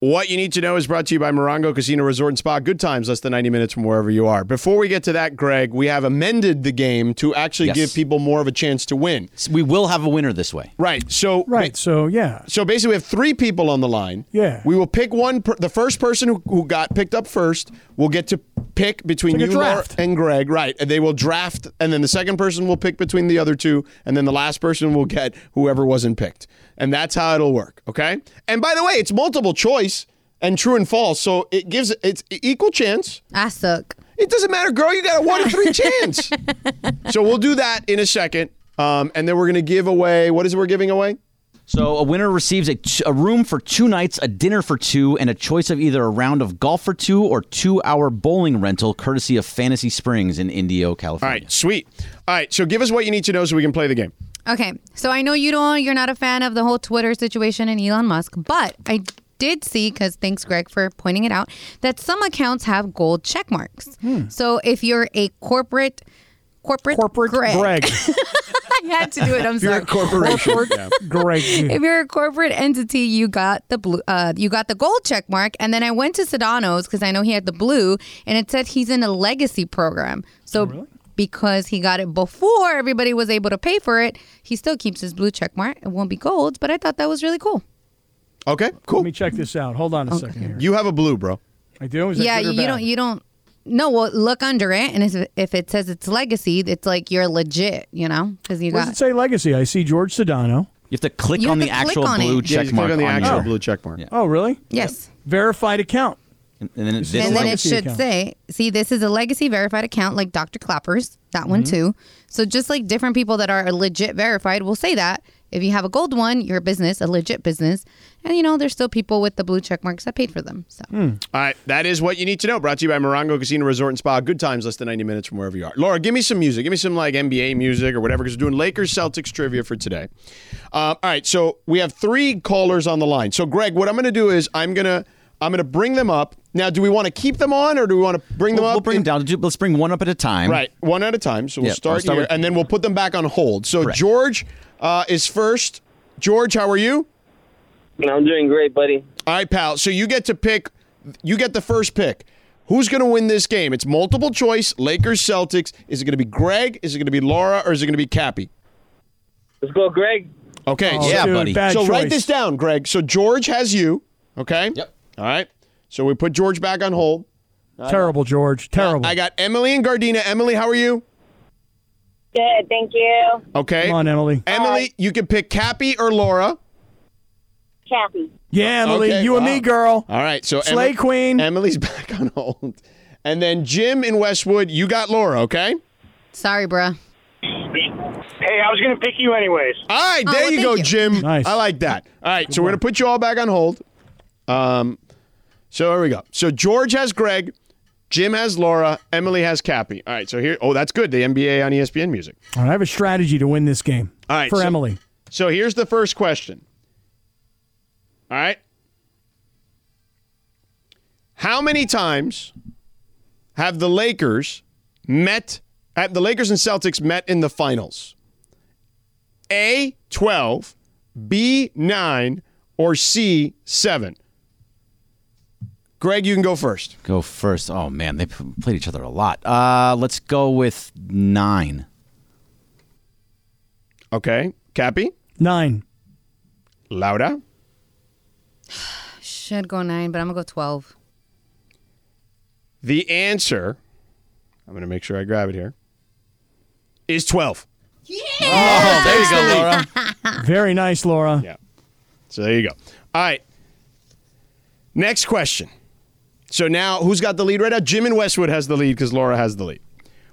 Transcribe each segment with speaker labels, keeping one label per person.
Speaker 1: What you need to know is brought to you by Morongo Casino Resort and Spa. Good times, less than 90 minutes from wherever you are. Before we get to that, Greg, we have amended the game to actually
Speaker 2: Yes.
Speaker 1: give people more of a chance to win.
Speaker 2: So we will have a winner this way.
Speaker 1: Right. So
Speaker 3: Right. So yeah.
Speaker 1: So basically, we have three people on the line.
Speaker 3: Yeah.
Speaker 1: We will pick one. Per- the first person who, who got picked up first will get to pick between
Speaker 3: It's like a
Speaker 1: you Laura,
Speaker 3: draft.
Speaker 1: and Greg. Right. And they will draft, and then the second person will pick between the other two, and then the last person will get whoever wasn't picked. And that's how it'll work. Okay. And by the way, it's multiple choice and true and false, so it gives it's equal chance.
Speaker 4: I Ah, suck.
Speaker 1: It doesn't matter, girl. You got a one in three chance. So we'll do that in a second. Um, and then we're going to give away what is it we're giving away?
Speaker 2: So a winner receives a, t- a room for two nights, a dinner for two, and a choice of either a round of golf for two or two-hour bowling rental, courtesy of Fantasy Springs in Indio,
Speaker 1: All
Speaker 2: California.
Speaker 1: right, sweet. All right, so give us what you need to know so we can play the game.
Speaker 4: Okay, so I know you don't. You're not a fan of the whole Twitter situation and Elon Musk, but I did see because thanks Greg for pointing it out that some accounts have gold check marks.
Speaker 3: Hmm.
Speaker 4: So if you're a corporate, corporate,
Speaker 3: Corporate
Speaker 4: Greg,
Speaker 3: Greg.
Speaker 4: I had to do it. I'm sorry.
Speaker 1: corporation.
Speaker 3: Greg.
Speaker 4: if you're a corporate entity, you got the blue, uh, you got the gold check mark. And then I went to Sedano's because I know he had the blue, and it said he's in a legacy program.
Speaker 3: Oh,
Speaker 4: So because he got it before everybody was able to pay for it, he still keeps his blue check mark. It won't be gold, but I thought that was really cool.
Speaker 1: Okay,
Speaker 3: Let
Speaker 1: cool.
Speaker 3: me check this out. Hold on a second here.
Speaker 1: You have a blue, bro.
Speaker 3: I do. Is that
Speaker 4: yeah,
Speaker 3: good or
Speaker 4: you
Speaker 3: bad?
Speaker 4: don't, you don't. No, well, look under it, and if- if it says it's legacy, it's like you're legit, you know, because you
Speaker 3: Where
Speaker 4: got.
Speaker 3: does it say legacy? I see George Sedano.
Speaker 2: You have to click
Speaker 4: You
Speaker 2: on
Speaker 4: have
Speaker 2: the
Speaker 4: to click
Speaker 2: actual
Speaker 4: on
Speaker 2: blue
Speaker 4: it.
Speaker 1: Yeah,
Speaker 2: check
Speaker 1: you
Speaker 2: mark
Speaker 1: clik on the
Speaker 2: on
Speaker 1: actual
Speaker 2: your-
Speaker 1: blue check mark.
Speaker 2: Yeah.
Speaker 3: Oh, really?
Speaker 4: yes.
Speaker 3: Verified account.
Speaker 2: and and then it-
Speaker 3: It's
Speaker 4: and
Speaker 2: this
Speaker 4: then
Speaker 3: a
Speaker 4: it
Speaker 3: legacy
Speaker 4: should
Speaker 3: account.
Speaker 4: say, see, this is a legacy verified account like Dr. Clapper's, that one too. So just like different people that are legit verified will say that. If you have a gold one, you're a business, a legit business. And you know, there's still people with the blue check marks that paid for them. So
Speaker 1: All right, that is what you need to know. Brought to you by Morongo Casino Resort and Spa. Good times, less than 90 minutes from wherever you are. Laura, give me some music. Give me some like NBA music or whatever, because we're doing Lakers Celtics trivia for today. Um, all right, so we have three callers on the line. So, Greg, what I'm going to do is I'm going to I'm going to bring them up. Now, do we want to keep them on or do we want to bring them
Speaker 2: We'll,
Speaker 1: up?
Speaker 2: we'll bring them down. Do- Let's bring one up at a time.
Speaker 1: Right, one at a time. So we'll
Speaker 2: Yeah,
Speaker 1: start,
Speaker 2: I'll start
Speaker 1: here,
Speaker 2: with-
Speaker 1: and then we'll put them back on hold. So George uh, is first. George, how are you?
Speaker 5: I'm doing great, buddy.
Speaker 1: All right, pal. So you get to pick. You get the first pick. Who's going to win this game? It's multiple choice. Lakers, Celtics. Is it going to be Greg? Is it going to be Laura? Or is it going to be Cappy?
Speaker 5: Let's go, Greg.
Speaker 1: Okay.
Speaker 3: Oh,
Speaker 1: so-
Speaker 2: Yeah,
Speaker 3: dude,
Speaker 2: buddy.
Speaker 3: Bad
Speaker 1: so write
Speaker 3: choice.
Speaker 1: this down, Greg. So George has you. Okay.
Speaker 2: Yep.
Speaker 1: All right. So we put George back on hold.
Speaker 3: Terrible, George. Terrible.
Speaker 1: I got Emily and Gardena. Emily, how are you?
Speaker 6: Good, thank you.
Speaker 1: Okay.
Speaker 3: Come on, Emily.
Speaker 1: Emily, you can pick Cappy or Laura.
Speaker 6: Kathy.
Speaker 3: Yeah, Emily.
Speaker 1: Okay,
Speaker 3: you and
Speaker 1: wow.
Speaker 3: me, girl.
Speaker 1: All right, so
Speaker 3: Slay queen.
Speaker 1: Emily's back on hold, and then Jim in Westwood. You got Laura, okay?
Speaker 4: sorry, bruh.
Speaker 5: Hey, I was going to pick you anyways.
Speaker 1: All right,
Speaker 4: Oh,
Speaker 1: there
Speaker 4: well,
Speaker 1: you go,
Speaker 4: thank you.
Speaker 1: Jim.
Speaker 3: Nice.
Speaker 1: I like that. All right, so we're gonna put you all back on hold. Um, so here we go. So George has Greg, Jim has Laura, Emily has Cappy. All right, so here. Oh, that's good. The NBA on ESPN music.
Speaker 3: All right, I have a strategy to win this game.
Speaker 1: All right,
Speaker 3: for
Speaker 1: so-
Speaker 3: Emily.
Speaker 1: So here's the first question. All right. How many times have the Lakers met at the Lakers and Celtics met in the finals? A 12, B 9, or C 7? Greg, you can go first.
Speaker 2: Go first. Oh man, they p- played each other a lot. Uh, let's go with nine.
Speaker 1: Okay. Cappy,
Speaker 3: Nine.
Speaker 1: Lauda,
Speaker 4: Should go nine, but I'm gonna go twelve.
Speaker 1: the answer, I'm going to make sure I grab it here, is 12.
Speaker 2: Oh, there you go, Laura.
Speaker 3: Very nice, Laura.
Speaker 1: Yeah. So there you go. All right. Next question. So now, who's got the lead right now? Jim and Westwood has the lead because Laura has the lead.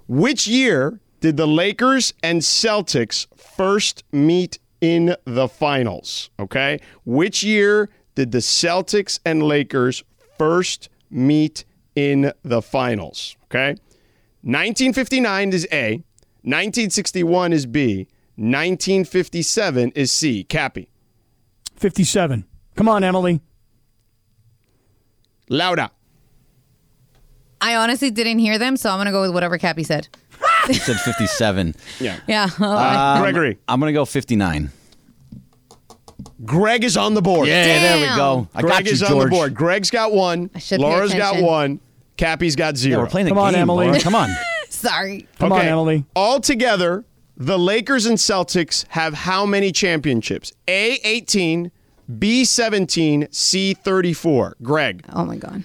Speaker 1: Which year did the Lakers and Celtics first meet in the finals? Okay. Which year did the Celtics and Lakers first meet in the finals? Okay. 1959 is A. 1961 is B. 1957 is C. Cappy.
Speaker 3: Fifty-seven. Come on, Emily.
Speaker 1: Lauda.
Speaker 4: I honestly didn't hear them, so I'm gonna go with whatever Cappy said.
Speaker 2: You said fifty-seven.
Speaker 1: Yeah.
Speaker 4: Yeah.
Speaker 1: Gregory.
Speaker 2: I'm gonna go fifty-nine.
Speaker 1: Greg is on the board.
Speaker 2: Yeah, there we
Speaker 4: Damn.
Speaker 2: go. I
Speaker 1: Greg
Speaker 2: got you,
Speaker 1: is
Speaker 2: George.
Speaker 1: on the board. Greg's got one.
Speaker 4: I should pay
Speaker 1: Laura's got
Speaker 4: attention.
Speaker 1: one. Cappy's got
Speaker 2: Yeah,
Speaker 1: zero.
Speaker 2: we're playing the
Speaker 3: Come on,
Speaker 2: game,
Speaker 3: Emily.
Speaker 2: Laura. Come on.
Speaker 4: Sorry.
Speaker 3: Come on, Emily.
Speaker 1: All together, the Lakers and Celtics have how many championships? A 18, B 17, C 34. Greg.
Speaker 4: Oh my god.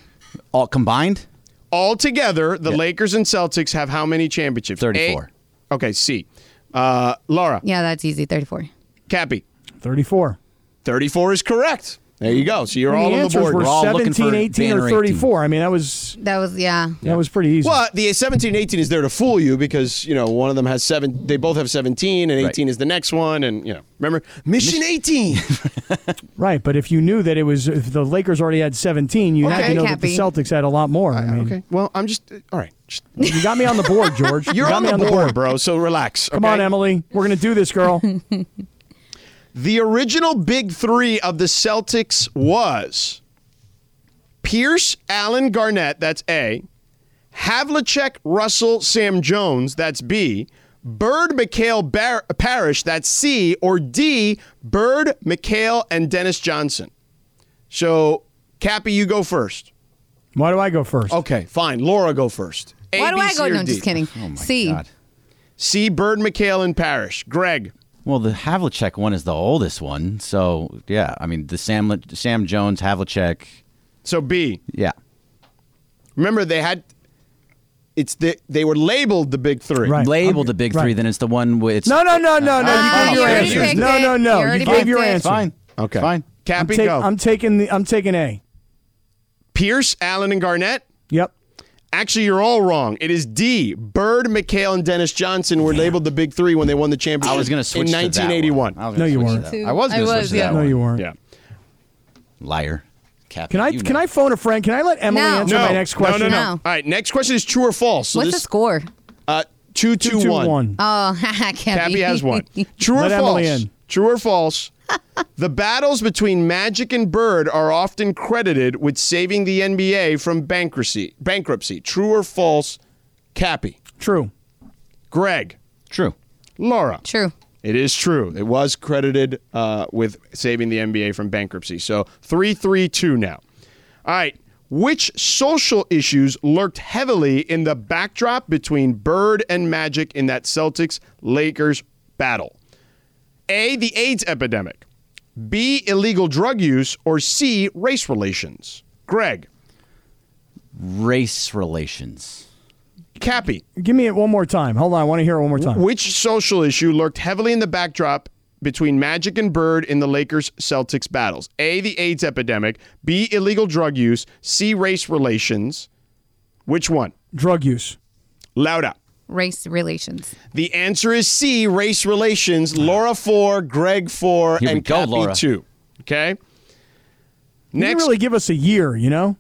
Speaker 2: All combined,
Speaker 1: All together, the Lakers and Celtics have how many championships? A-
Speaker 2: 34.
Speaker 1: okay, C. Uh, Laura.
Speaker 4: Yeah, that's easy. Thirty-four.
Speaker 1: Cappy.
Speaker 3: 34.
Speaker 1: 34 is correct. There you go. So you're
Speaker 3: the
Speaker 1: all on the
Speaker 3: answers
Speaker 1: board.
Speaker 3: were
Speaker 2: We're all looking
Speaker 3: 17,
Speaker 2: for
Speaker 3: 18, or
Speaker 2: banner 18.
Speaker 3: 34. I mean, that was
Speaker 4: That was yeah.
Speaker 3: that was pretty easy.
Speaker 1: Well, the 17 and 18 is there to fool you because, you know, one of them has seven. They both have 17, and 18 is the next one. And, you know, remember, Mission 18.
Speaker 3: Right, but if you knew that it was if the Lakers already had 17, you had
Speaker 4: Okay.
Speaker 3: to know that the
Speaker 4: Cappy.
Speaker 3: Celtics had a lot more. I mean,
Speaker 1: okay. Well, I'm just, all right. Just-
Speaker 3: you got me on the board, George. You
Speaker 1: you're
Speaker 3: got
Speaker 1: on
Speaker 3: me
Speaker 1: the board, bro, so relax.
Speaker 3: Come
Speaker 1: okay?
Speaker 3: on, Emily. We're going to do this, girl.
Speaker 1: The original big three of the Celtics was Pierce, Allen, Garnett, that's A, Havlicek, Russell, Sam Jones, that's B, Bird, McHale, Bar- Parrish, that's C, or D, Bird, McHale, and Dennis Johnson. So, Cappy, you go first.
Speaker 3: Why do I go first?
Speaker 1: Okay, fine. Laura, go first. A,
Speaker 4: Why do
Speaker 1: B,
Speaker 4: I
Speaker 1: C,
Speaker 4: go?
Speaker 1: or
Speaker 4: No, I'm
Speaker 1: D?
Speaker 4: just kidding.
Speaker 2: Oh my
Speaker 4: C.
Speaker 2: God.
Speaker 1: C, Bird, McHale, and Parrish. Greg.
Speaker 2: Well, the Havlicek one is the oldest one, so yeah. I mean, the Sam Sam Jones Havlicek,
Speaker 1: So, B.
Speaker 2: yeah.
Speaker 1: Remember, they had. It's the they were labeled the big three.
Speaker 3: Right.
Speaker 2: Label the big
Speaker 3: right.
Speaker 2: three, then it's the one with it's
Speaker 3: No, no, no, no, no.
Speaker 4: Ah,
Speaker 3: you gave
Speaker 4: you
Speaker 3: your
Speaker 4: already
Speaker 3: answers.
Speaker 4: picked
Speaker 3: No,
Speaker 4: it.
Speaker 3: no,
Speaker 4: You
Speaker 3: no. You,
Speaker 4: already
Speaker 3: gave
Speaker 4: picked
Speaker 3: your
Speaker 4: it.
Speaker 3: answer.
Speaker 2: fine.
Speaker 1: Okay.
Speaker 2: fine.
Speaker 3: I'm,
Speaker 1: Cappy,
Speaker 3: take-
Speaker 1: go.
Speaker 3: I'm taking the. I'm taking A.
Speaker 1: Pierce, Allen, and Garnett.
Speaker 3: Yep.
Speaker 1: Actually, you're all wrong. It is D. Bird, McHale, and Dennis Johnson were labeled the big three when they won the championship.
Speaker 2: I was going to
Speaker 1: in
Speaker 2: switch to that
Speaker 1: 1981.
Speaker 2: one. I was
Speaker 3: No,
Speaker 2: gonna
Speaker 3: you
Speaker 2: switch to
Speaker 3: weren't.
Speaker 2: that.
Speaker 4: Me too.
Speaker 2: I was
Speaker 4: I
Speaker 2: going to switch
Speaker 4: was,
Speaker 2: to
Speaker 4: yeah.
Speaker 2: that
Speaker 3: No,
Speaker 2: one.
Speaker 3: you weren't.
Speaker 1: Yeah.
Speaker 2: Liar. Cappy,
Speaker 3: Can I?
Speaker 2: you
Speaker 3: Can
Speaker 2: know.
Speaker 3: I phone a friend? Can I let Emily
Speaker 4: No.
Speaker 3: answer my next question?
Speaker 1: No, no, no.
Speaker 4: No.
Speaker 1: All right. Next question is true or false. So
Speaker 4: What's the
Speaker 1: this
Speaker 4: score?
Speaker 1: uh, two, two,
Speaker 3: Two, two,
Speaker 1: one.
Speaker 3: one.
Speaker 4: Oh, Cappy.
Speaker 1: Cappy has one. True or
Speaker 3: Let
Speaker 1: false?
Speaker 3: Emily in.
Speaker 1: True or false? the battles between Magic and Bird are often credited with saving the NBA from bankruptcy. Bankruptcy. True or false? Cappy,
Speaker 3: True.
Speaker 1: Greg,
Speaker 2: True.
Speaker 1: Laura.
Speaker 4: True.
Speaker 1: It is true. It was credited uh, with saving the NBA from bankruptcy. So 3 3 2 now. All right. Which social issues lurked heavily in the backdrop between Bird and Magic in that Celtics Lakers battle? A, the AIDS epidemic, B, illegal drug use, or C, race relations? Greg,
Speaker 2: Race relations.
Speaker 1: Cappy,
Speaker 3: Give me it one more time. Hold on. I want to hear it one more time.
Speaker 1: Which social issue lurked heavily in the backdrop between Magic and Bird in the Lakers Celtics battles? A, the AIDS epidemic, B, illegal drug use, C, race relations. Which one?
Speaker 3: Drug use.
Speaker 1: Loud up.
Speaker 4: Race relations.
Speaker 1: The answer is C, race relations. Laura 4, Greg 4,
Speaker 2: Here we
Speaker 1: and
Speaker 2: go,
Speaker 1: Cappy
Speaker 2: Laura.
Speaker 1: 2. Okay?
Speaker 3: You didn't
Speaker 1: Next,
Speaker 3: really give us a year, you know.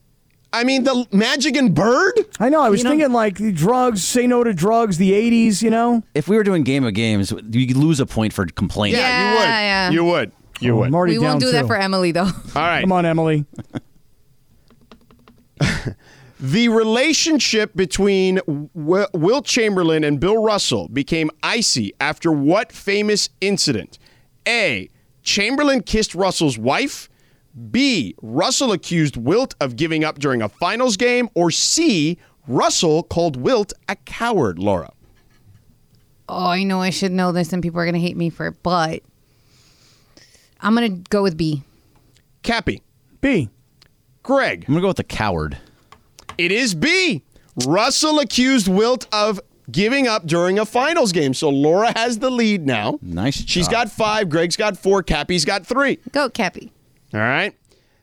Speaker 1: I mean, the Magic and Bird?
Speaker 3: I know. I was thinking like the drugs. Say no to drugs. The '80s, you know.
Speaker 2: If we were doing game of games, you lose a point for complaining.
Speaker 4: Yeah. yeah.
Speaker 1: you would. You would. You would.
Speaker 3: I'm already
Speaker 4: We won't
Speaker 3: down
Speaker 4: do that
Speaker 3: two.
Speaker 4: for e- Emily though.
Speaker 1: All right.
Speaker 3: Come on, Emily.
Speaker 1: The relationship between w- Will Chamberlain and Bill Russell became icy after what famous incident? A. Chamberlain kissed Russell's wife. B. Russell accused Wilt of giving up during a finals game. Or C. Russell called Wilt a coward, Laura.
Speaker 4: Oh, I know I should know this, and people are gonna hate me for it, but I'm gonna go with B.
Speaker 1: Cappy.
Speaker 3: B.
Speaker 1: Greg.
Speaker 2: I'm going to go with the coward.
Speaker 1: It is B. Russell accused Wilt of giving up during a finals game. So Laura has the lead now.
Speaker 2: Nice
Speaker 1: She's
Speaker 2: job.
Speaker 1: got five. Greg's got four. Cappy's got three.
Speaker 4: Go, Cappy.
Speaker 1: All right.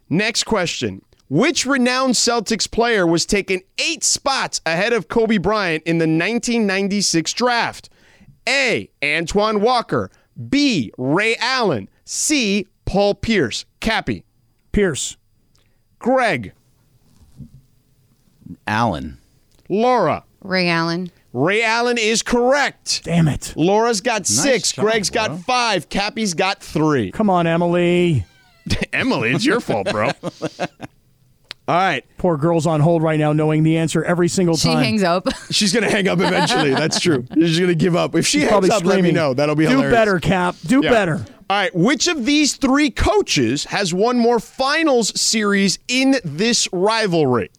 Speaker 1: Next question. Which renowned Celtics player was taken eight spots ahead of Kobe Bryant in the 1996 draft? A. Antoine Walker. B. Ray Allen. C. Paul Pierce. Cappy.
Speaker 3: Pierce.
Speaker 1: Greg.
Speaker 2: Allen.
Speaker 1: Laura.
Speaker 4: Ray Allen.
Speaker 1: Ray Allen is correct.
Speaker 3: Damn it.
Speaker 1: Laura's got six.
Speaker 2: job,
Speaker 1: Greg's got
Speaker 2: Laura.
Speaker 1: five. Cappy's got three.
Speaker 3: Come on, Emily.
Speaker 1: Emily, it's your fault, bro. All right.
Speaker 3: Poor girl's on hold right now, knowing the answer every single
Speaker 4: She
Speaker 3: time.
Speaker 4: hangs up.
Speaker 1: She's gonna hang up eventually. That's true. She's gonna give up. If she hangs
Speaker 3: Probably
Speaker 1: up, let me
Speaker 3: screaming,
Speaker 1: know. That'll be
Speaker 3: Do
Speaker 1: hilarious.
Speaker 3: better, Cap. Do
Speaker 1: Yeah.
Speaker 3: better.
Speaker 1: All right, which of these three coaches has won more finals series in this rivalry?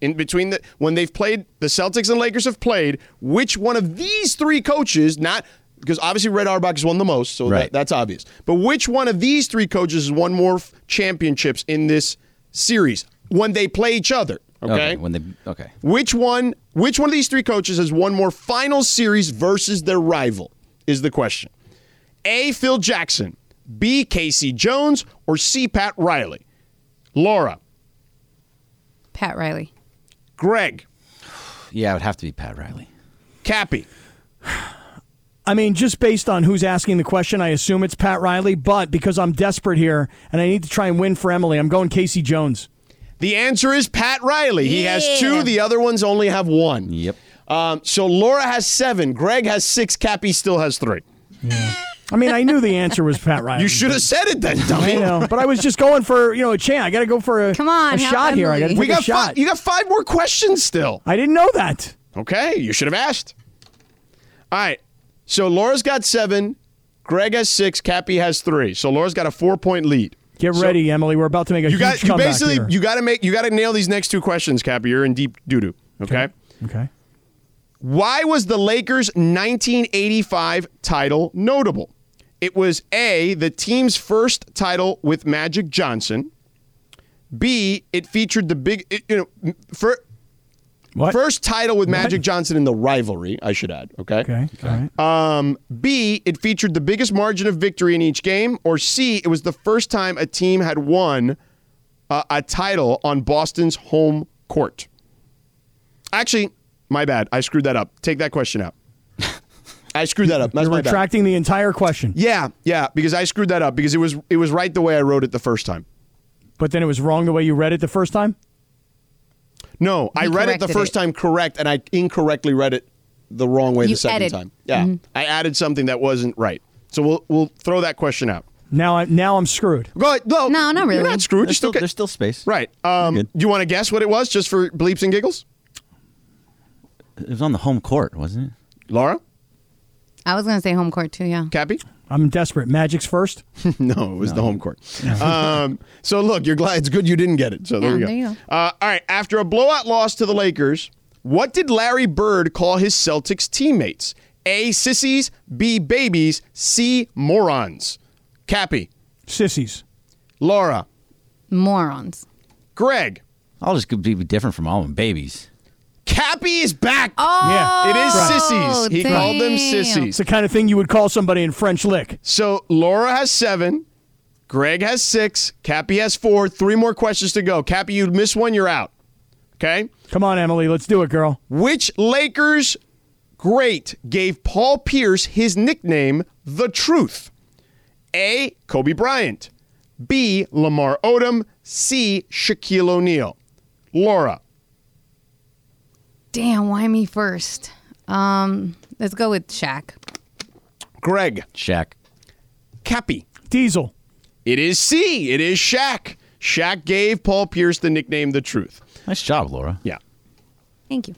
Speaker 1: In between the when they've played, the Celtics and Lakers have played, which one of these three coaches, not because obviously Red Auerbach has won the most, so that-
Speaker 2: Right.
Speaker 1: that's obvious. But which one of these three coaches has won more f- championships in this series when they play each other? Okay.
Speaker 2: When they okay.
Speaker 1: Which one? Which one of these three coaches has won more final series versus their rival? Is the question. A. Phil Jackson, B. Casey Jones, or C. Pat Riley? Laura,
Speaker 4: Pat Riley.
Speaker 1: Greg,
Speaker 2: Yeah, it would have to be Pat Riley.
Speaker 1: Cappy.
Speaker 3: I mean, just based on who's asking the question, I assume it's Pat Riley. But because I'm desperate here and I need to try and win for Emily, I'm going Casey Jones.
Speaker 1: The answer is Pat Riley. He has two.
Speaker 4: Yeah.
Speaker 1: The other ones only have one.
Speaker 2: Yep.
Speaker 1: Um, so Laura has seven. Greg has six. Cappy still has three.
Speaker 3: I mean, I knew the answer was Pat Riley.
Speaker 1: You should have said it then, dummy.
Speaker 3: I know, but I was just going for you know a chance. I got to go for a
Speaker 4: Come on,
Speaker 3: a
Speaker 4: help
Speaker 3: shot here. I got to
Speaker 4: Emily.
Speaker 3: take
Speaker 1: We
Speaker 3: a
Speaker 1: got
Speaker 3: shot.
Speaker 1: five, you got five more questions still.
Speaker 3: I didn't know that.
Speaker 1: Okay, you should have asked. All right. So Laura's got seven, Greg has six, Cappy has three. So Laura's got a four point lead.
Speaker 3: Get
Speaker 1: So-
Speaker 3: ready, Emily. We're about to make a
Speaker 1: You
Speaker 3: huge
Speaker 1: got you
Speaker 3: comeback
Speaker 1: basically
Speaker 3: here.
Speaker 1: you gotta make you gotta nail these next two questions, Cappy. You're in deep doo doo. okay.
Speaker 3: okay.
Speaker 1: Why was the Lakers 1985 title notable? It was A, the team's first title with Magic Johnson. B, it featured the big, it- you know, m- fir-
Speaker 3: What?
Speaker 1: first title with Magic Johnson in the rivalry, I should add. Okay.
Speaker 3: Okay. All right.
Speaker 1: Um, B, it featured the biggest margin of victory in each game. Or C, it was the first time a team had won uh, a title on Boston's home court. Actually, my bad. I screwed that up. Take that question out. I screwed that up. That's
Speaker 3: You're
Speaker 1: my bad.
Speaker 3: retracting the entire question,
Speaker 1: Yeah, yeah, because I screwed that up because it was it was right the way I wrote it the first time.
Speaker 3: but then it was wrong the way you read it the first time.
Speaker 1: No, I
Speaker 4: You
Speaker 1: read it the
Speaker 4: corrected
Speaker 1: first
Speaker 4: it.
Speaker 1: time correct, and I incorrectly read it the wrong way
Speaker 4: You
Speaker 1: the second
Speaker 4: added- Mm-hmm.
Speaker 1: time. Yeah, I added something that wasn't right. So we'll we'll throw that question out.
Speaker 3: Now, I, now I'm screwed.
Speaker 1: Go ahead. No,
Speaker 4: No, not
Speaker 1: You're
Speaker 4: really.
Speaker 1: not screwed. You
Speaker 2: There's
Speaker 1: still,
Speaker 2: still,
Speaker 1: get
Speaker 2: there's still space.
Speaker 1: right. Um,
Speaker 2: You're good.
Speaker 1: do you want to guess what it was, just for bleeps and giggles,
Speaker 2: It was on the home court, wasn't it?
Speaker 1: Laura,
Speaker 4: I was gonna say home court too. Yeah.
Speaker 1: Cappy?
Speaker 3: I'm desperate. Magic's first.
Speaker 1: no, it was the home court. um, so look, you're glad it's good you didn't get it. So there
Speaker 4: Yeah,
Speaker 1: you go.
Speaker 4: there you go.
Speaker 1: Uh, all right. After a blowout loss to the Lakers, what did Larry Bird call his Celtics teammates? A sissies, B babies, C morons. Cappy,
Speaker 3: Sissies.
Speaker 1: Laura,
Speaker 4: Morons.
Speaker 1: Greg.
Speaker 2: I'll just be different from all of them. Babies.
Speaker 1: Cappy is back.
Speaker 4: Oh,
Speaker 3: Yeah.
Speaker 1: It is
Speaker 4: Oh,
Speaker 1: sissies. He called them
Speaker 4: damn.
Speaker 1: sissies.
Speaker 3: It's the kind of thing you would call somebody in French lick.
Speaker 1: So Laura has seven. Greg has six. Cappy has four. Three more questions to go. Cappy, you miss one, you're out. Okay.
Speaker 3: Come on, Emily. Let's do it, girl.
Speaker 1: Which Lakers great gave Paul Pierce his nickname, The Truth? A. Kobe Bryant. B. Lamar Odom. C. Shaquille O'Neal. Laura.
Speaker 4: Damn. Why me first? Um, let's go with Shaq.
Speaker 1: Greg.
Speaker 2: Shaq.
Speaker 1: Cappy.
Speaker 3: Diesel.
Speaker 1: It is C. It is Shaq. Shaq gave Paul Pierce the nickname, The Truth.
Speaker 2: Nice job, Laura.
Speaker 1: Yeah.
Speaker 4: Thank you.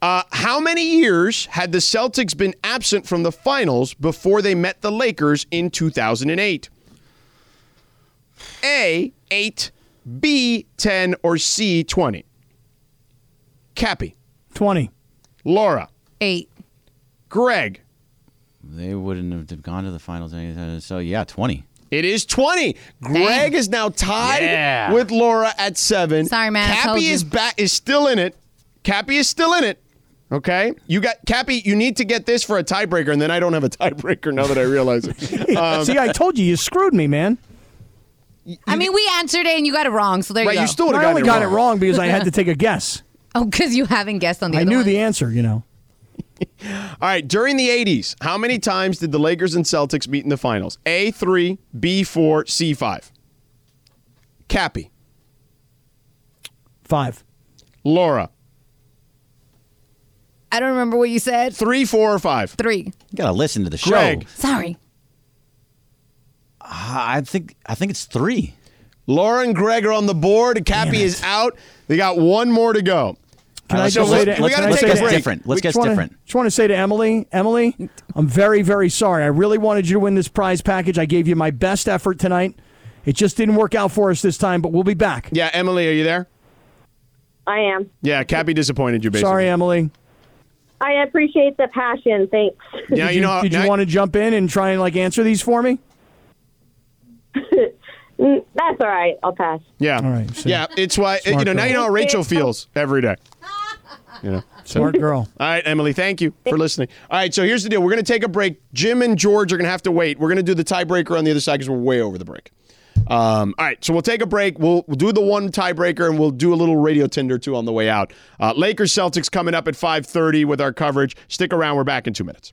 Speaker 1: How many years had the Celtics been absent from the finals before they met the Lakers in 2008? A, 8, B, 10, or C, 20? Cappy,
Speaker 3: 20.
Speaker 1: Laura,
Speaker 4: Eight.
Speaker 1: Greg.
Speaker 2: They wouldn't have gone to the finals. or anything. uh, So yeah, twenty.
Speaker 1: It is 20. Greg
Speaker 4: Dang.
Speaker 1: is now tied
Speaker 2: Yeah.
Speaker 1: with Laura at 7.
Speaker 4: Sorry, man, I told
Speaker 1: Cappy
Speaker 4: you.
Speaker 1: is back is still in it. Cappy is still in it. Okay? You got Cappy, you need to get this for a tiebreaker and then I don't have a tiebreaker now that I realize it.
Speaker 3: See, I told you, you screwed me, man.
Speaker 4: I mean, we answered it and you got it wrong, so there
Speaker 1: Right,
Speaker 4: you go.
Speaker 1: you still would
Speaker 3: I
Speaker 1: have gotten
Speaker 3: only got it wrong because I had to take a guess.
Speaker 4: oh, because you haven't guessed on the.
Speaker 3: I
Speaker 4: other
Speaker 3: knew
Speaker 4: one.
Speaker 3: the answer, you know.
Speaker 1: All right, during the 80s, how many times did the Lakers and Celtics meet in the finals? A3, B4, C5. Cappy,
Speaker 3: Five.
Speaker 1: Laura,
Speaker 4: I don't remember what you said.
Speaker 1: 3, 4, or 5.
Speaker 4: Three.
Speaker 2: You gotta listen to the show.
Speaker 1: Greg.
Speaker 4: Sorry.
Speaker 2: I I think I think it's three.
Speaker 1: Laura and Greg are on the board. Cappy is out. They got one more to go.
Speaker 3: Can
Speaker 2: All right,
Speaker 3: I
Speaker 2: let's
Speaker 3: just
Speaker 2: go-
Speaker 3: say
Speaker 2: let's-
Speaker 3: to,
Speaker 1: Uh, we
Speaker 2: let's-
Speaker 1: gotta
Speaker 2: let's
Speaker 1: take a
Speaker 2: guess
Speaker 1: break.
Speaker 2: different. Let's guess
Speaker 3: just wanna,
Speaker 2: different.
Speaker 3: Just want to say to Emily, Emily, I'm very, very sorry. I really wanted you to win this prize package. I gave you my best effort tonight. It just didn't work out for us this time, but we'll be back.
Speaker 1: Yeah, Emily, are you there?
Speaker 6: I am.
Speaker 1: Yeah, Cappy disappointed you basically.
Speaker 3: Sorry, uh, Emily.
Speaker 6: I appreciate the passion. Thanks.
Speaker 1: Yeah, you know,
Speaker 3: Did you
Speaker 1: now-
Speaker 3: want to jump in and try and like answer these for me?
Speaker 6: Mm, That's all right. I'll pass.
Speaker 1: Yeah.
Speaker 3: All right, so-
Speaker 1: yeah, it's why you know
Speaker 3: Smart
Speaker 1: now you know how Rachel feels every day. You know. so-
Speaker 3: Smart girl.
Speaker 1: All right, Emily, thank you for listening. All right, so here's the deal. We're going to take a break. Jim and George are going to have to wait. We're going to do the tiebreaker on the other side because we're way over the break. Um, all right, so we'll take a break. We'll, we'll do the one tiebreaker and we'll do a little radio Tinder too on the way out. Uh, Lakers Celtics coming up at 5:30 with our coverage. Stick around. We're back in two minutes.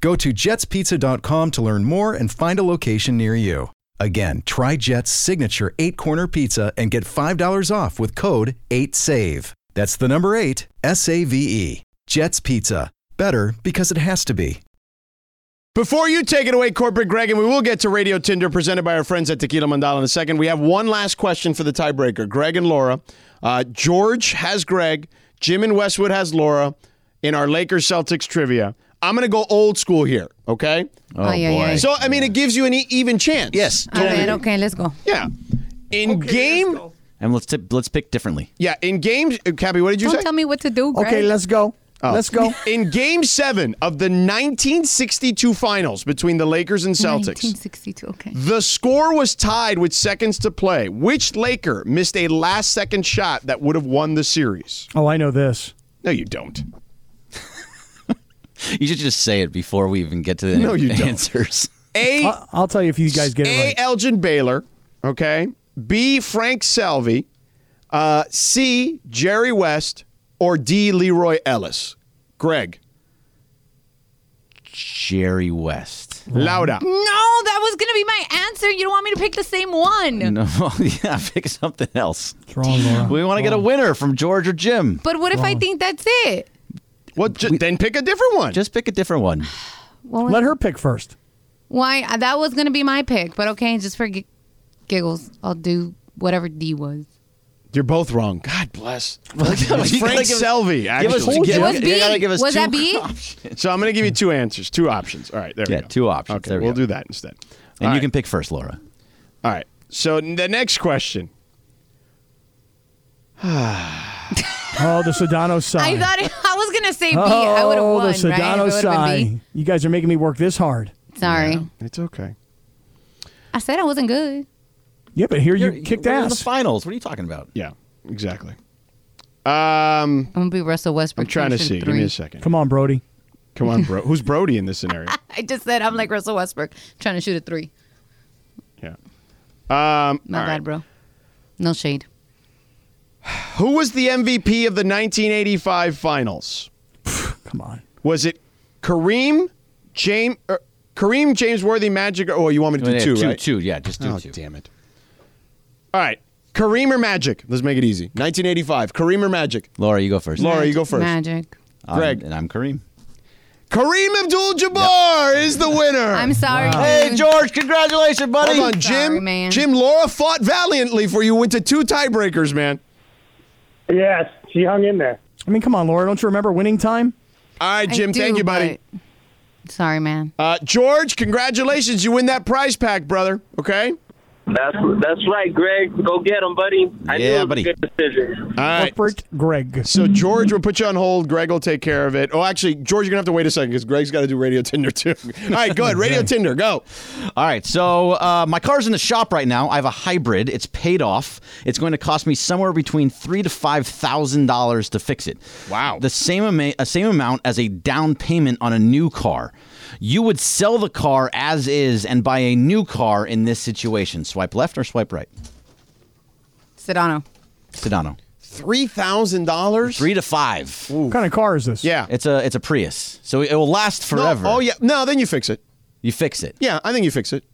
Speaker 7: Go to jetspizza.com to learn more and find a location near you. Again, try Jet's signature eight corner pizza and get $5 off with code 8SAVE. That's the number eight, S A V E. Jet's Pizza. Better because it has to be.
Speaker 1: Before you take it away, Corporate Greg, and we will get to Radio Tinder presented by our friends at Tequila Mandala in a second. We have one last question for the tiebreaker. Greg and Laura. Uh, George has Greg. Jim and Westwood has Laura in our Lakers Celtics trivia. I'm going to go old school here, okay?
Speaker 2: Oh,
Speaker 4: Ay, ay,
Speaker 2: boy.
Speaker 4: ay.
Speaker 1: So, I mean, it gives you an e- even chance. Yes.
Speaker 4: A ver, okay, let's go.
Speaker 1: Yeah. In game.
Speaker 2: and let's tip, let's pick differently.
Speaker 1: Yeah, in game. uh, Cappy, what did you
Speaker 4: Don't
Speaker 1: say?
Speaker 4: tell me what to do, Greg.
Speaker 3: Okay, let's go. Let's go.
Speaker 1: in game seven of the 1962 finals between the Lakers and Celtics.
Speaker 4: 1962. Okay.
Speaker 1: The score was tied with seconds to play. Which Laker missed a last second shot that would have won the series?
Speaker 3: Oh, I know this.
Speaker 1: No, you don't.
Speaker 2: You should just say it before we even get to the
Speaker 1: No, you don't.
Speaker 2: answers.
Speaker 1: A.
Speaker 3: I- I'll tell you if you guys get it
Speaker 1: A.
Speaker 3: right.
Speaker 1: Elgin Baylor. Okay. B. Frank Salvi. Uh, C. Jerry West. Or D. Leroy Ellis. Greg.
Speaker 2: Jerry West.
Speaker 1: Lauda.
Speaker 4: No, that was gonna be my answer. You don't want me to pick the same one.
Speaker 2: No, yeah, pick something else. Oh.
Speaker 3: It's wrong, Laura.
Speaker 2: We want to get a winner from George or Jim.
Speaker 4: But what if I think that's it?
Speaker 1: What? ju- then pick a different one.
Speaker 2: Just pick a different one.
Speaker 4: What was-
Speaker 3: Let her pick first.
Speaker 4: Why uh, that was gonna be my pick, but okay, just for gi- giggles, I'll do whatever D was.
Speaker 1: You're both wrong. God bless.
Speaker 2: You gotta
Speaker 1: Frank
Speaker 2: give-
Speaker 1: Selvi,
Speaker 2: give us-
Speaker 1: actually.
Speaker 2: give-
Speaker 4: It was
Speaker 2: you
Speaker 4: B.
Speaker 2: gotta give us
Speaker 4: Was
Speaker 2: two
Speaker 4: that B?
Speaker 1: Oh, So I'm going to give you two answers, two options. All right, there we
Speaker 2: Yeah,
Speaker 1: go.
Speaker 2: two options.
Speaker 1: Okay,
Speaker 2: There we
Speaker 1: will
Speaker 2: go.
Speaker 1: do that instead.
Speaker 2: And
Speaker 1: All
Speaker 2: you
Speaker 1: right.
Speaker 2: can pick first, Laura.
Speaker 1: All right. So n- the next question.
Speaker 3: Oh, the Sedano sigh.
Speaker 4: I thought it, I was gonna say B.
Speaker 3: oh,
Speaker 4: I would have won,
Speaker 3: the Sedano
Speaker 4: right? If it would've
Speaker 3: sigh.
Speaker 4: been B.
Speaker 3: You guys are making me work this hard.
Speaker 4: Sorry,
Speaker 1: It's okay.
Speaker 4: I said I wasn't good.
Speaker 3: Yeah, but here you kicked
Speaker 2: we're in the
Speaker 3: ass.
Speaker 2: finals. What are you talking about?
Speaker 1: Yeah, exactly. Um,
Speaker 4: I'm gonna be Russell Westbrook.
Speaker 1: I'm trying to
Speaker 4: version
Speaker 1: see. Give
Speaker 4: three.
Speaker 1: me a second.
Speaker 3: Come on, Brody.
Speaker 1: Come on, bro. Who's Brody in this scenario?
Speaker 4: I just said I'm like Russell Westbrook, trying to shoot a three.
Speaker 1: Yeah. Um,
Speaker 4: My
Speaker 1: all
Speaker 4: bad,
Speaker 1: right.
Speaker 4: bro. No shade.
Speaker 1: Who was the MVP of the 1985 finals?
Speaker 3: Come on.
Speaker 1: Was it Kareem, James, er, Kareem James Worthy, Magic? Or, oh, you want me to do
Speaker 2: Yeah,
Speaker 1: two?
Speaker 2: two,
Speaker 1: right? Oh,
Speaker 2: two. Yeah, just do two.
Speaker 1: it! All right, Kareem or Magic? Let's make it easy. 1985. Kareem or Magic?
Speaker 2: Laura, you go first.
Speaker 1: Laura, you go first.
Speaker 4: Magic.
Speaker 2: I'm-
Speaker 1: Greg.
Speaker 2: and I'm Kareem.
Speaker 1: Kareem Abdul-Jabbar is the winner.
Speaker 4: I'm sorry.
Speaker 2: Hey,
Speaker 4: dude.
Speaker 2: George, congratulations, buddy.
Speaker 1: Hold on,
Speaker 4: Sorry,
Speaker 1: Jim.
Speaker 4: man.
Speaker 1: Jim, Laura fought valiantly for you. Went to two tiebreakers, man.
Speaker 5: Yes, she hung in there.
Speaker 3: I mean, come on, Laura. Don't you remember winning time?
Speaker 1: All right,
Speaker 4: I
Speaker 1: Jim.
Speaker 4: do,
Speaker 1: thank you, buddy.
Speaker 4: but- Sorry, man.
Speaker 1: Uh, George, congratulations. You win that prize pack, brother. Okay.
Speaker 8: That's that's right, Greg. Go get him, buddy. I knew
Speaker 2: Yeah,
Speaker 8: it was
Speaker 2: buddy.
Speaker 8: A good decision.
Speaker 1: All right.
Speaker 3: Corporate Greg.
Speaker 1: So George will put you on hold. Greg will take care of it. Oh, actually, George, you're gonna have to wait a second because Greg's got to do Radio Tinder too. All right, go ahead. Radio Tinder, go.
Speaker 2: All right, so uh, my car's in the shop right now. I have a hybrid. It's paid off. It's going to cost me somewhere between three to five thousand dollars to fix it.
Speaker 1: Wow.
Speaker 2: The same amount, same amount as a down payment on a new car. You would sell the car as is and buy a new car in this situation. Swipe left or swipe right,
Speaker 4: Sedano.
Speaker 2: Sedano.
Speaker 1: Three thousand dollars.
Speaker 2: Three to five.
Speaker 3: What kind of car is this?
Speaker 1: Yeah.
Speaker 2: It's a it's a Prius, so it will last
Speaker 1: No,
Speaker 2: forever.
Speaker 1: oh yeah. No, then you fix it.
Speaker 2: you fix it.
Speaker 1: Yeah, I think you fix it.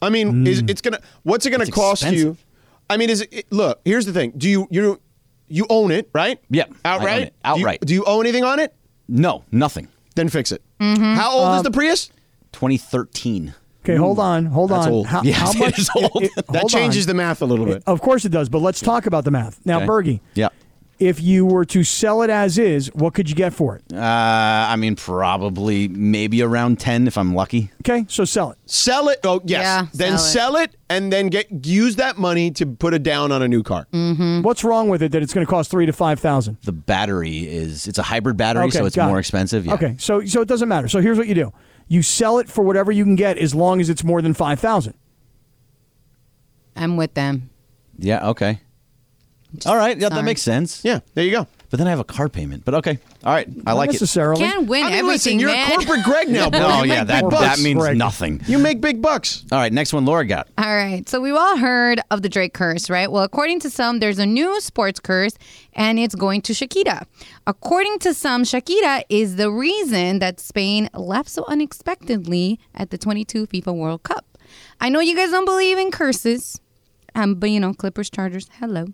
Speaker 1: I mean, is, it's gonna. What's it gonna
Speaker 2: It's
Speaker 1: cost you?
Speaker 2: Mm. expensive.
Speaker 1: I mean, is it? Look, here's the thing. Do you you you own it right?
Speaker 2: Yep, I own
Speaker 1: Outright.
Speaker 2: it. Outright.
Speaker 1: Do you, do you owe anything on it?
Speaker 2: No, nothing.
Speaker 1: Then fix it.
Speaker 4: Mm-hmm.
Speaker 1: How old
Speaker 4: Um,
Speaker 1: is the Prius?
Speaker 2: 2013.
Speaker 3: Okay, hold on, hold on.
Speaker 1: old.
Speaker 3: How,
Speaker 2: Yes,
Speaker 3: how
Speaker 2: it
Speaker 3: much?
Speaker 2: is old.
Speaker 1: That
Speaker 3: hold
Speaker 1: changes
Speaker 3: on.
Speaker 1: the math a little bit.
Speaker 2: Uh,
Speaker 3: Of course it does, but let's talk about the math now,
Speaker 2: Okay.
Speaker 3: Bergie.
Speaker 2: Yeah.
Speaker 3: If you were to sell it as is, what could you get for it?
Speaker 2: Uh, I mean, probably maybe around 10 if I'm lucky.
Speaker 3: Okay, so sell it.
Speaker 1: Sell it. Oh yes.
Speaker 4: Yeah,
Speaker 1: then
Speaker 4: sell
Speaker 1: sell it. and then get use that money to put it down on a new car.
Speaker 4: Mm.
Speaker 3: What's wrong with it that it's going to cost three to five thousand?
Speaker 2: The battery is, it's a hybrid battery,
Speaker 3: Okay,
Speaker 2: so it's
Speaker 3: got
Speaker 2: more
Speaker 3: it.
Speaker 2: expensive. Yeah.
Speaker 3: Okay, so so it doesn't matter. So here's what you do: you sell it for whatever you can get, as long as it's more than five thousand.
Speaker 4: I'm with them.
Speaker 2: Yeah, okay. All right. Yeah, that
Speaker 4: sorry.
Speaker 2: makes sense.
Speaker 1: Yeah. There you go.
Speaker 2: But then I have a car payment. But okay. All right. I like it.
Speaker 3: necessarily.
Speaker 4: Can't win
Speaker 1: I mean, listen,
Speaker 4: everything,
Speaker 1: you're
Speaker 4: man.
Speaker 1: a corporate Greg now, bro.
Speaker 2: No,
Speaker 1: You
Speaker 2: yeah,
Speaker 1: make
Speaker 2: that,
Speaker 1: big
Speaker 2: that
Speaker 1: bucks.
Speaker 2: means
Speaker 3: Greg.
Speaker 2: nothing.
Speaker 1: You make big bucks.
Speaker 2: All right. Next one Laura got.
Speaker 4: All right. So we've all heard of the Drake curse, right? Well, according to some, there's a new sports curse and it's going to Shakira. According to some, Shakira is the reason that Spain left so unexpectedly at the 22 FIFA World Cup. I know you guys don't believe in curses. Um, but you know, Clippers, Chargers, hello.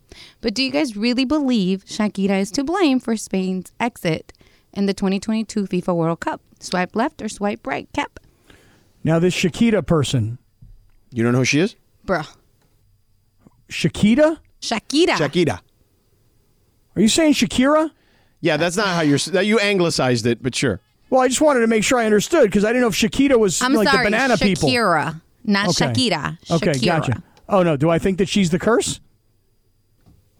Speaker 4: But do you guys really believe Shakira is to blame for Spain's exit in the 2022 FIFA World Cup? Swipe left or swipe right, Cap?
Speaker 3: Now this Shakita person,
Speaker 1: You don't know who she is?
Speaker 4: Bruh.
Speaker 3: Shakita?
Speaker 4: Shakira.
Speaker 1: Shakira.
Speaker 3: Are you saying Shakira?
Speaker 1: Yeah, that's not how you're. That you anglicized it, but sure.
Speaker 3: Well, I just wanted to make sure I understood because I didn't know if Shakita was
Speaker 4: I'm
Speaker 3: like
Speaker 4: sorry,
Speaker 3: the banana people.
Speaker 4: Shakira, not
Speaker 3: Okay.
Speaker 4: Shakira.
Speaker 3: Okay,
Speaker 4: Shakira.
Speaker 3: gotcha. Oh no, do I think that she's the curse?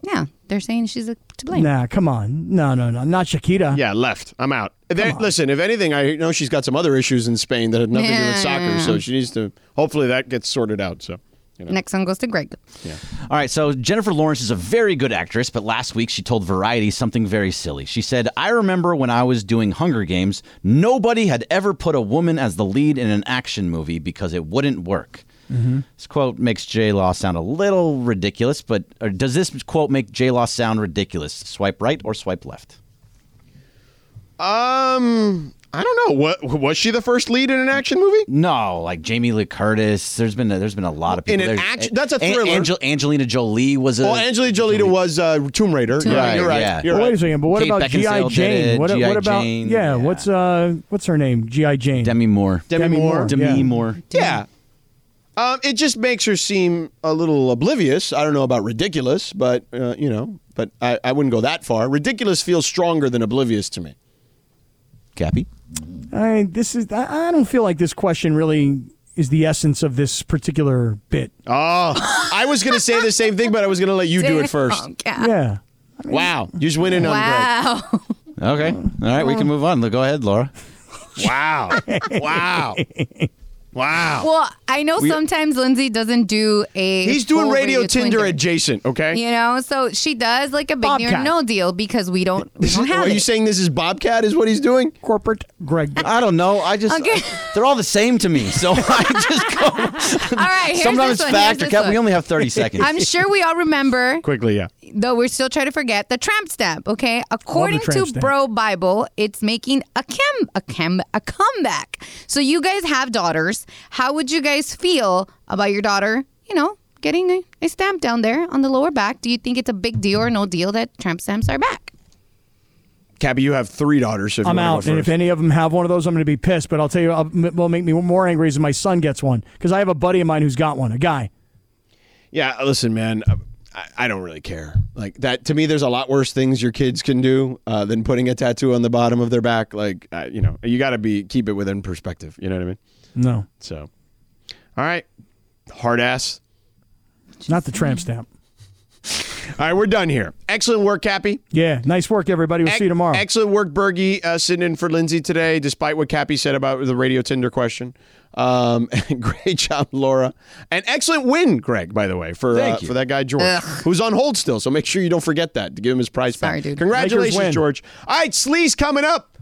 Speaker 4: Yeah, they're saying she's a, to blame.
Speaker 3: Nah, come on. No, no, no, not Shakita.
Speaker 1: Yeah, left. I'm out. There- listen, if anything, I know she's got some other issues in Spain that had nothing to do with soccer, so she needs to. Hopefully, that gets sorted out. So, you know.
Speaker 4: Next one goes to Greg.
Speaker 2: All right, so Jennifer Lawrence is a very good actress, but last week she told Variety something very silly. She said, I remember when I was doing Hunger Games, nobody had ever put a woman as the lead in an action movie because it wouldn't work.
Speaker 1: Mm-hmm.
Speaker 2: This quote makes J Law sound a little ridiculous, but or does this quote make J Law sound ridiculous? Swipe right or swipe left?
Speaker 1: um, I don't know. What was she the first lead in an action movie?
Speaker 2: No, like Jamie Lee Curtis. There's been a, there's been a lot of
Speaker 1: In
Speaker 2: people.
Speaker 1: an
Speaker 2: There's-
Speaker 1: act- that's a thriller.
Speaker 2: Angel- Angelina Jolie was a.
Speaker 1: Well, Angelina Jolie was uh, Tomb Raider.
Speaker 4: Tomb
Speaker 1: Yeah,
Speaker 2: Raider,
Speaker 1: you're right.
Speaker 2: yeah.
Speaker 1: You're
Speaker 3: Well,
Speaker 1: right.
Speaker 3: wait a second, but what
Speaker 2: Kate
Speaker 3: about
Speaker 2: Beckinsale did
Speaker 3: GI Jane?
Speaker 2: it,
Speaker 3: What,
Speaker 2: G.I.
Speaker 3: what about
Speaker 2: Jane,
Speaker 3: yeah,
Speaker 2: yeah.
Speaker 3: What's uh what's her name? GI Jane.
Speaker 2: Demi Moore.
Speaker 1: Demi,
Speaker 3: Demi
Speaker 1: Moore.
Speaker 3: Moore.
Speaker 2: Demi
Speaker 3: Yeah.
Speaker 2: Moore.
Speaker 1: Yeah. Um, it just makes her seem a little oblivious. I don't know about ridiculous, but uh, you know, but I, I wouldn't go that far. Ridiculous feels stronger than oblivious to me.
Speaker 2: Cappy.
Speaker 3: I this is I, I don't feel like this question really is the essence of this particular bit.
Speaker 1: Oh, I was going to say the same thing, but I was going to let you do it first.
Speaker 4: Oh, God.
Speaker 3: Yeah.
Speaker 1: Wow, you just went in on
Speaker 4: Wow.
Speaker 2: Okay.
Speaker 4: Um,
Speaker 2: All right, we can move on. Go ahead, Laura.
Speaker 1: Greg. Wow, wow, wow.
Speaker 4: well, I know sometimes Lindsay doesn't do a.
Speaker 1: He's doing
Speaker 4: full
Speaker 1: radio Tinder
Speaker 4: Tinder.
Speaker 1: adjacent. Okay.
Speaker 4: You know, so she does like a big near
Speaker 3: Bobcat.
Speaker 4: no deal because we don't we
Speaker 1: This
Speaker 4: don't
Speaker 1: is-
Speaker 4: have
Speaker 1: are you
Speaker 4: it.
Speaker 1: saying this is Bobcat? Is what he's doing?
Speaker 3: Corporate Greg.
Speaker 2: I don't know. I just
Speaker 4: Okay.
Speaker 2: they're all the same to me. So I just go.
Speaker 4: All right,
Speaker 2: Sometimes
Speaker 4: here's this one, here's
Speaker 2: fact or
Speaker 4: this
Speaker 2: cap.
Speaker 4: one.
Speaker 2: We only have thirty seconds.
Speaker 4: I'm sure we all remember
Speaker 1: Quickly, yeah.
Speaker 4: though we're still trying to forget the tramp stamp. Okay, according to
Speaker 3: tramp stamp.
Speaker 4: Bro Bible, it's making a cam a cam a comeback. So you guys have daughters. How would you guys feel about your daughter? You know, getting a, a stamp down there on the lower back. Do you think it's a big deal or no deal that tramp stamps are back?
Speaker 1: Cabby, you have three daughters. So if
Speaker 3: I'm
Speaker 1: you wanna
Speaker 3: out,
Speaker 1: Go
Speaker 3: and if
Speaker 1: first.
Speaker 3: any of them have one of those, I'm going to be pissed. But I'll tell you, I'll, m- will make me more angry is if my son gets one because I have a buddy of mine who's got one, a guy.
Speaker 1: Yeah, uh, listen, man, I, I don't really care. Like that to me, there's a lot worse things your kids can do uh, than putting a tattoo on the bottom of their back. Like uh, you know, you got to be keep it within perspective. You know what I mean?
Speaker 3: No,
Speaker 1: So, all right, hard ass.
Speaker 3: Not the tramp stamp.
Speaker 1: All right, we're done here. Excellent work, Cappy.
Speaker 3: Yeah, nice work, everybody. We'll see you
Speaker 1: Ec-
Speaker 3: tomorrow.
Speaker 1: Excellent work, Bergie, uh, sitting in for Lindsay today, despite what Cappy said about the Radio Tinder question. Um, and great job, Laura. An excellent win, Greg, by the way, for uh,
Speaker 2: Thank you.
Speaker 1: for that guy, George, who's on hold still. So make sure you don't forget that to give him his prize
Speaker 4: Sorry,
Speaker 1: back.
Speaker 4: dude.
Speaker 1: Congratulations,
Speaker 3: Lakers win.
Speaker 1: George. All right, Slee's coming up.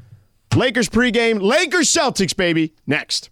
Speaker 1: Lakers pregame, Lakers Celtics, baby, next.